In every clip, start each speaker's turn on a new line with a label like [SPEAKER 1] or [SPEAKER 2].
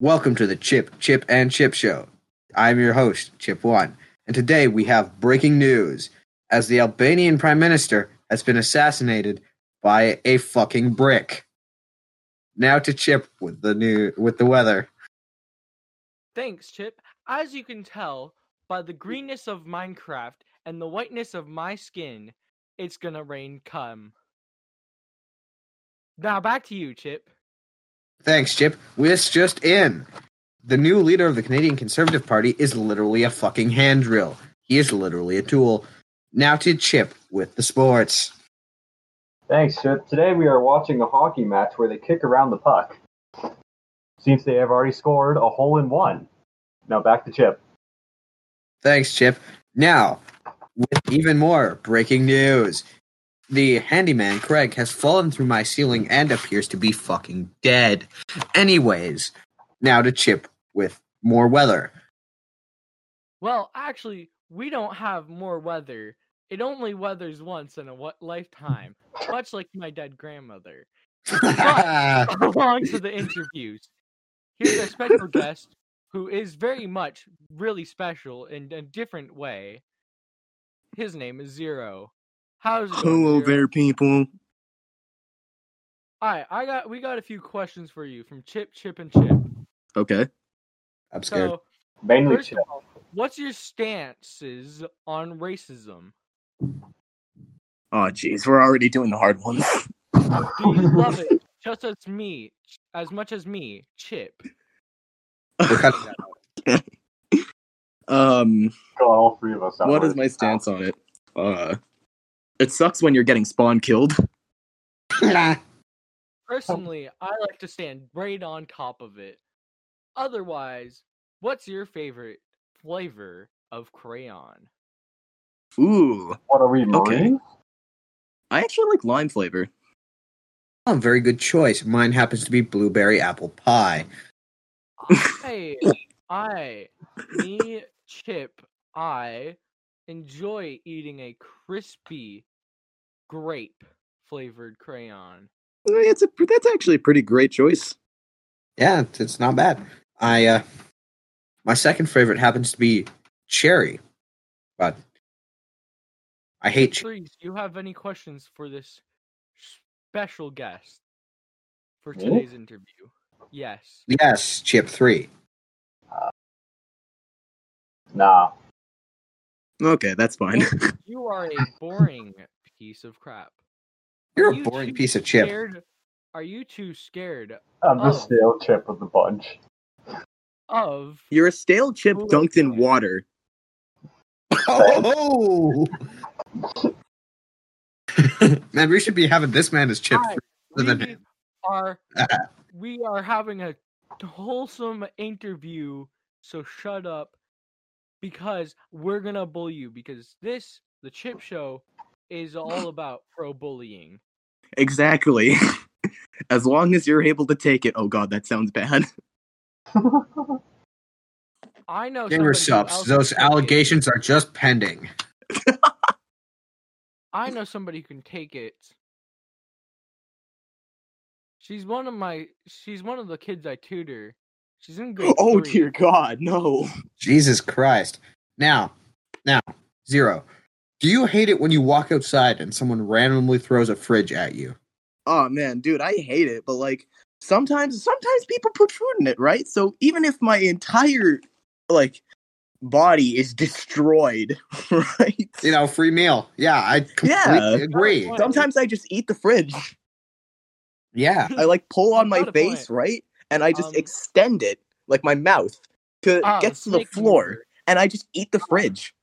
[SPEAKER 1] Welcome to the Chip, Chip, and Chip Show. I'm your host, Chip One, and today we have breaking news as the Albanian Prime Minister has been assassinated by a fucking brick. Now to Chip with the new with the weather.
[SPEAKER 2] Thanks, Chip. As you can tell by the greenness of Minecraft and the whiteness of my skin, it's gonna rain come. Now back to you, Chip.
[SPEAKER 1] Thanks, Chip. This just in. The new leader of the Canadian Conservative Party is literally a fucking hand drill. He is literally a tool. Now to Chip with the sports.
[SPEAKER 3] Thanks, Chip. Today we are watching a hockey match where they kick around the puck. Seems they have already scored a hole in one. Now back to Chip.
[SPEAKER 1] Thanks, Chip. Now, with even more breaking news. The handyman, Craig, has fallen through my ceiling and appears to be fucking dead. Anyways, now to Chip with more weather.
[SPEAKER 2] Well, actually, we don't have more weather. It only weathers once in a what lifetime, much like my dead grandmother. Along to the interviews. Here's our special guest, who is very much really special in a different way. His name is Zero. How's it going,
[SPEAKER 4] Hello
[SPEAKER 2] Zero?
[SPEAKER 4] there, people.
[SPEAKER 2] All right, I got we got a few questions for you from Chip, Chip, and Chip.
[SPEAKER 4] Okay.
[SPEAKER 1] I'm scared.
[SPEAKER 2] So,
[SPEAKER 3] Mainly
[SPEAKER 2] first
[SPEAKER 3] Chip.
[SPEAKER 2] of all, what's your stances on racism?
[SPEAKER 4] Oh, jeez, we're already doing the hard ones.
[SPEAKER 2] Do you love it just as me, as much as me, Chip?
[SPEAKER 1] We're cutting that.
[SPEAKER 4] um,
[SPEAKER 3] Got all three of us. out
[SPEAKER 4] what
[SPEAKER 3] of
[SPEAKER 4] is
[SPEAKER 3] it.
[SPEAKER 4] my stance on it? Uh, it sucks when you're getting spawn killed.
[SPEAKER 2] Personally, I like to stand right on top of it. Otherwise, what's your favorite flavor of crayon?
[SPEAKER 4] Ooh,
[SPEAKER 3] What are we,
[SPEAKER 4] Okay.
[SPEAKER 3] Marines?
[SPEAKER 4] I actually like lime flavor.
[SPEAKER 1] Oh, very good choice. Mine happens to be blueberry apple pie.
[SPEAKER 2] I, I, me, Chip, I enjoy eating a crispy grape flavored crayon.
[SPEAKER 4] Uh, It's a that's actually a pretty great choice.
[SPEAKER 1] Yeah, it's- it's not bad. I uh my second favorite happens to be cherry. But I hate ch-
[SPEAKER 2] Three, do you have any questions for this special guest for
[SPEAKER 3] Me?
[SPEAKER 2] today's interview? Yes.
[SPEAKER 1] Yes, Chip 3.
[SPEAKER 3] Nah.
[SPEAKER 4] Okay, that's fine.
[SPEAKER 2] You are a boring piece of crap.
[SPEAKER 1] You're
[SPEAKER 2] You
[SPEAKER 1] a boring
[SPEAKER 2] two
[SPEAKER 1] piece of chip.
[SPEAKER 2] Scared? Are you too scared
[SPEAKER 3] I'm the
[SPEAKER 2] Oh.
[SPEAKER 3] stale Chip of the bunch.
[SPEAKER 2] of?
[SPEAKER 4] You're a stale chip
[SPEAKER 2] Ooh.
[SPEAKER 4] dunked in water.
[SPEAKER 1] Oh! man, we should be having this man as Chip
[SPEAKER 2] Hi,
[SPEAKER 1] 3.
[SPEAKER 2] we
[SPEAKER 1] the Ah. name.
[SPEAKER 2] are we are having a wholesome interview, so shut up, because we're gonna bully you. Because this, the Chip Show, is all about pro bullying.
[SPEAKER 4] Exactly. as long as you're able to take it. Oh god, that sounds bad.
[SPEAKER 2] I know.
[SPEAKER 1] Gamer
[SPEAKER 2] somebody
[SPEAKER 1] subs.
[SPEAKER 2] who else
[SPEAKER 1] Those
[SPEAKER 2] can take it.
[SPEAKER 1] allegations are just pending.
[SPEAKER 2] I know somebody who can take it. She's one of my. She's one of the kids I tutor. She's in grade.
[SPEAKER 4] Oh
[SPEAKER 2] three.
[SPEAKER 4] dear god, no.
[SPEAKER 1] Jesus Christ. Now, now, Zero. Do you hate it when you walk outside and someone randomly throws a fridge at you?
[SPEAKER 4] oh man dude i hate it but like sometimes sometimes people put food in it right so even if my entire like body is destroyed right
[SPEAKER 1] you know, free meal. Yeah, I completely
[SPEAKER 4] Yeah.
[SPEAKER 1] agree.
[SPEAKER 2] Point.
[SPEAKER 4] sometimes i just eat the fridge
[SPEAKER 1] Yeah.
[SPEAKER 4] i like pull on
[SPEAKER 2] You
[SPEAKER 4] my
[SPEAKER 2] got a
[SPEAKER 4] face
[SPEAKER 2] point.
[SPEAKER 4] right and i just
[SPEAKER 2] Um,
[SPEAKER 4] extend it like my mouth to
[SPEAKER 2] Ah,
[SPEAKER 4] gets to the
[SPEAKER 2] snake
[SPEAKER 4] floor
[SPEAKER 2] maneuver.
[SPEAKER 4] and i just eat the fridge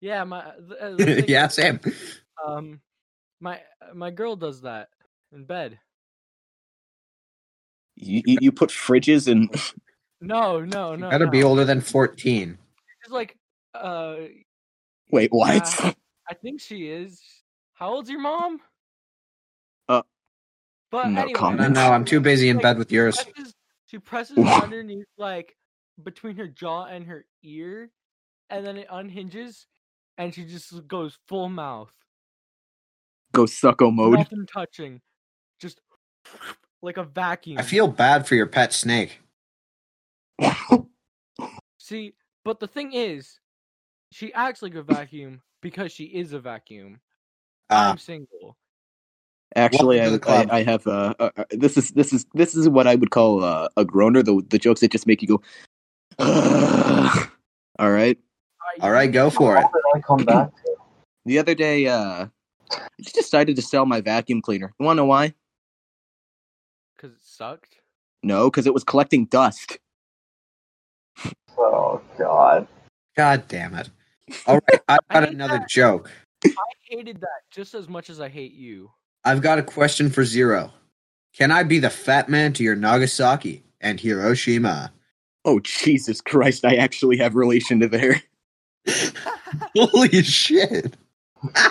[SPEAKER 2] Yeah, my. th- uh, the snake
[SPEAKER 1] yeah,
[SPEAKER 2] maneuver.
[SPEAKER 1] same.
[SPEAKER 2] Um, my uh, my girl does that in bed.
[SPEAKER 4] you, you, you put fridges in
[SPEAKER 2] No, no, Oh, no.
[SPEAKER 1] Better be
[SPEAKER 2] no.
[SPEAKER 1] older than 14.
[SPEAKER 2] She's like, uh,
[SPEAKER 4] wait what
[SPEAKER 2] Yeah. I think she is. How old's your mom?
[SPEAKER 4] Uh,
[SPEAKER 2] But
[SPEAKER 4] no
[SPEAKER 2] anyway,
[SPEAKER 4] comment.
[SPEAKER 1] No, no, I'm too busy in
[SPEAKER 2] like,
[SPEAKER 1] bed with yours.
[SPEAKER 2] presses- she presses underneath, like between her jaw and her ear, and then it unhinges, and she just goes full mouth,
[SPEAKER 4] go sucko mode
[SPEAKER 2] nothing touching, just like a vacuum.
[SPEAKER 1] I feel bad for your pet snake.
[SPEAKER 2] See, but the thing is, she acts like a vacuum because she is a vacuum.
[SPEAKER 1] Uh,
[SPEAKER 4] Ah.
[SPEAKER 2] I'm single.
[SPEAKER 4] Actually, I,
[SPEAKER 1] Welcome to the
[SPEAKER 4] I,
[SPEAKER 1] club.
[SPEAKER 4] I have uh, uh, uh, this is this is this is what I would call uh, a groaner. The the jokes that just make you go. All right.
[SPEAKER 1] all right, go for it.
[SPEAKER 3] What did I come back to?
[SPEAKER 4] The other day, uh, I just decided to sell my vacuum cleaner. You want to know why?
[SPEAKER 2] Because it sucked.
[SPEAKER 4] No, because it was collecting dust.
[SPEAKER 3] Oh God.
[SPEAKER 1] God damn it. All right, I've
[SPEAKER 2] I
[SPEAKER 1] got
[SPEAKER 2] hate
[SPEAKER 1] another
[SPEAKER 2] that.
[SPEAKER 1] joke.
[SPEAKER 2] I hated that just as much as I hate you.
[SPEAKER 1] I've got a question for Zero. Can I be the fat man to your Nagasaki and Hiroshima?
[SPEAKER 4] Oh Jesus Christ! I actually have relation to there.
[SPEAKER 1] Holy shit. I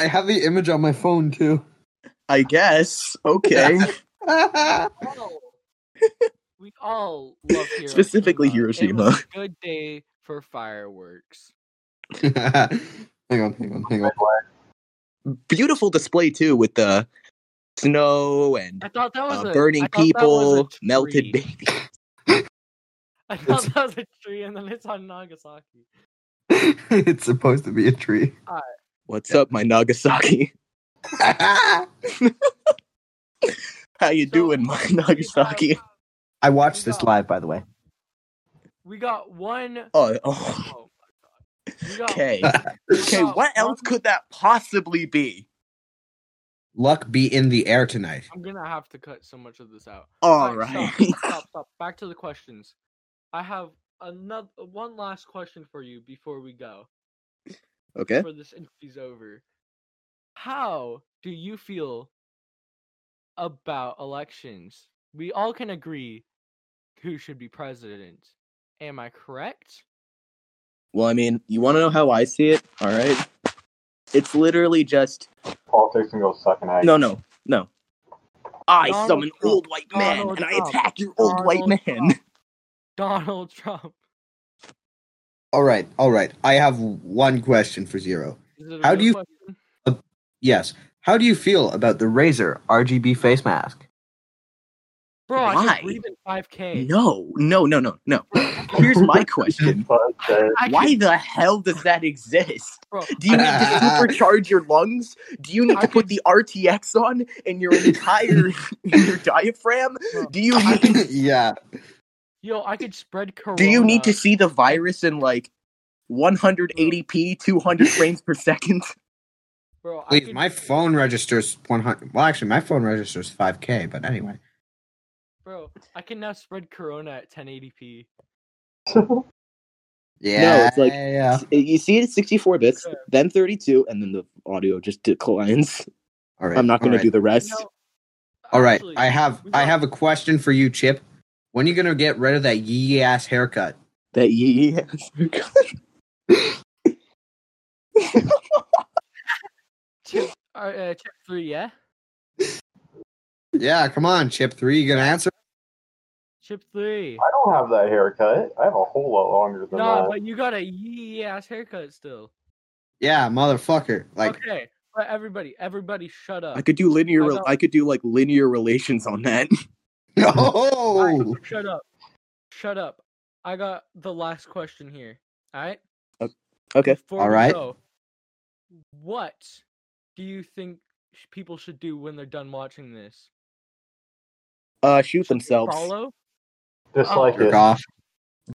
[SPEAKER 1] have the image on my phone too.
[SPEAKER 4] I guess. Okay.
[SPEAKER 1] All
[SPEAKER 2] all- we all love Hiroshima.
[SPEAKER 4] Specifically
[SPEAKER 2] It was a good day for fireworks.
[SPEAKER 1] hang on, hang on, hang on.
[SPEAKER 4] Beautiful display too, with the snow and
[SPEAKER 2] I thought that was
[SPEAKER 4] uh,
[SPEAKER 2] a
[SPEAKER 4] burning
[SPEAKER 2] I thought that was a
[SPEAKER 4] people, melted
[SPEAKER 2] tree.
[SPEAKER 4] baby.
[SPEAKER 2] I thought that was a tree, and then it's on Nagasaki.
[SPEAKER 1] it's supposed to be a tree.
[SPEAKER 4] What's up, my Nagasaki? How you
[SPEAKER 2] So,
[SPEAKER 4] doing, my Nagasaki?
[SPEAKER 1] I watched this live, by the way.
[SPEAKER 2] We got one.
[SPEAKER 4] Oh, oh.
[SPEAKER 2] Oh my god. We got,
[SPEAKER 4] okay.
[SPEAKER 2] we
[SPEAKER 4] Okay,
[SPEAKER 2] got
[SPEAKER 4] what else
[SPEAKER 2] one-
[SPEAKER 4] could that possibly be?
[SPEAKER 1] Luck be in the air tonight.
[SPEAKER 2] I'm gonna have to cut so much of this out.
[SPEAKER 4] All
[SPEAKER 2] Alright,
[SPEAKER 4] right.
[SPEAKER 2] Stop, stop, stop. Back to the questions. I have another one last question for you before we go.
[SPEAKER 4] Okay.
[SPEAKER 2] Before this interview's over. How do you feel about elections? We all can agree who should be president. Am I correct?
[SPEAKER 4] Well, I mean, you want to know how I see it? All right. It's literally just
[SPEAKER 3] Politics can go suck an egg.
[SPEAKER 4] no, no, no. I
[SPEAKER 2] Donald
[SPEAKER 4] summon
[SPEAKER 2] Trump.
[SPEAKER 4] old white man
[SPEAKER 2] Donald
[SPEAKER 4] and I
[SPEAKER 2] Trump.
[SPEAKER 4] attack your old white
[SPEAKER 2] Donald
[SPEAKER 4] man.
[SPEAKER 2] Trump. Donald Trump.
[SPEAKER 1] All right, all right. I have one question for Zero.
[SPEAKER 2] Is it a
[SPEAKER 1] How
[SPEAKER 2] real
[SPEAKER 1] do you-
[SPEAKER 2] question?
[SPEAKER 1] Yes. How do you feel about the Razor RGB face mask?
[SPEAKER 2] Bro, I
[SPEAKER 4] Why?
[SPEAKER 2] can breathe in 5K.
[SPEAKER 4] No, no, no, no, no. Here's my question.
[SPEAKER 3] Okay.
[SPEAKER 2] I
[SPEAKER 4] Why
[SPEAKER 2] can-
[SPEAKER 4] the hell does that exist?
[SPEAKER 2] bro,
[SPEAKER 4] Do you need to supercharge your lungs? Do you need
[SPEAKER 2] I
[SPEAKER 4] to put the RTX on in your entire in your diaphragm? Do you need
[SPEAKER 1] yeah.
[SPEAKER 2] Yo, I could spread corona.
[SPEAKER 4] Do you need to see the virus in like 180p, 200 frames per second?
[SPEAKER 2] Bro, I
[SPEAKER 1] Please,
[SPEAKER 2] could-
[SPEAKER 1] my phone registers 100. Well, actually, my phone registers 5K, but anyway.
[SPEAKER 2] Bro, I can now spread corona at 1080p.
[SPEAKER 1] Yeah.
[SPEAKER 4] it's like-
[SPEAKER 1] Yeah.
[SPEAKER 4] You see it at 64 bits,
[SPEAKER 2] Yeah.
[SPEAKER 4] then 32, and then the audio just declines.
[SPEAKER 1] All right.
[SPEAKER 4] I'm not going
[SPEAKER 1] all
[SPEAKER 4] to
[SPEAKER 1] right.
[SPEAKER 4] do the rest.
[SPEAKER 2] No,
[SPEAKER 1] All right,
[SPEAKER 2] actually,
[SPEAKER 1] I have
[SPEAKER 2] we
[SPEAKER 1] I
[SPEAKER 2] got-
[SPEAKER 1] have a question for you, Chip. When you gonna get rid of that yee ass haircut?
[SPEAKER 4] That ye
[SPEAKER 2] Chip, uh, uh, chip 3, yeah?
[SPEAKER 1] Yeah, come on, Chip Three. You gonna answer?
[SPEAKER 2] Chip 3.
[SPEAKER 3] I don't have that haircut. I have a whole lot longer than
[SPEAKER 2] Nah,
[SPEAKER 3] that.
[SPEAKER 2] but you got a yee ass haircut still.
[SPEAKER 1] Yeah, motherfucker. Like,
[SPEAKER 2] okay, but everybody, everybody shut up.
[SPEAKER 4] I could do linear.
[SPEAKER 2] I
[SPEAKER 4] rel-
[SPEAKER 2] know.
[SPEAKER 4] I could do like linear relations on that.
[SPEAKER 1] no.
[SPEAKER 2] Shut up. Shut up. I got the last question here. Alright?
[SPEAKER 4] Okay.
[SPEAKER 2] Before
[SPEAKER 1] All
[SPEAKER 2] we
[SPEAKER 1] right.
[SPEAKER 2] go, what do you think sh- people should do when they're done watching this?
[SPEAKER 4] Uh,
[SPEAKER 2] Should
[SPEAKER 4] shoot
[SPEAKER 2] they
[SPEAKER 4] themselves.
[SPEAKER 2] Follow?
[SPEAKER 3] Just like
[SPEAKER 2] Oh.
[SPEAKER 1] Jerk
[SPEAKER 3] it.
[SPEAKER 1] off.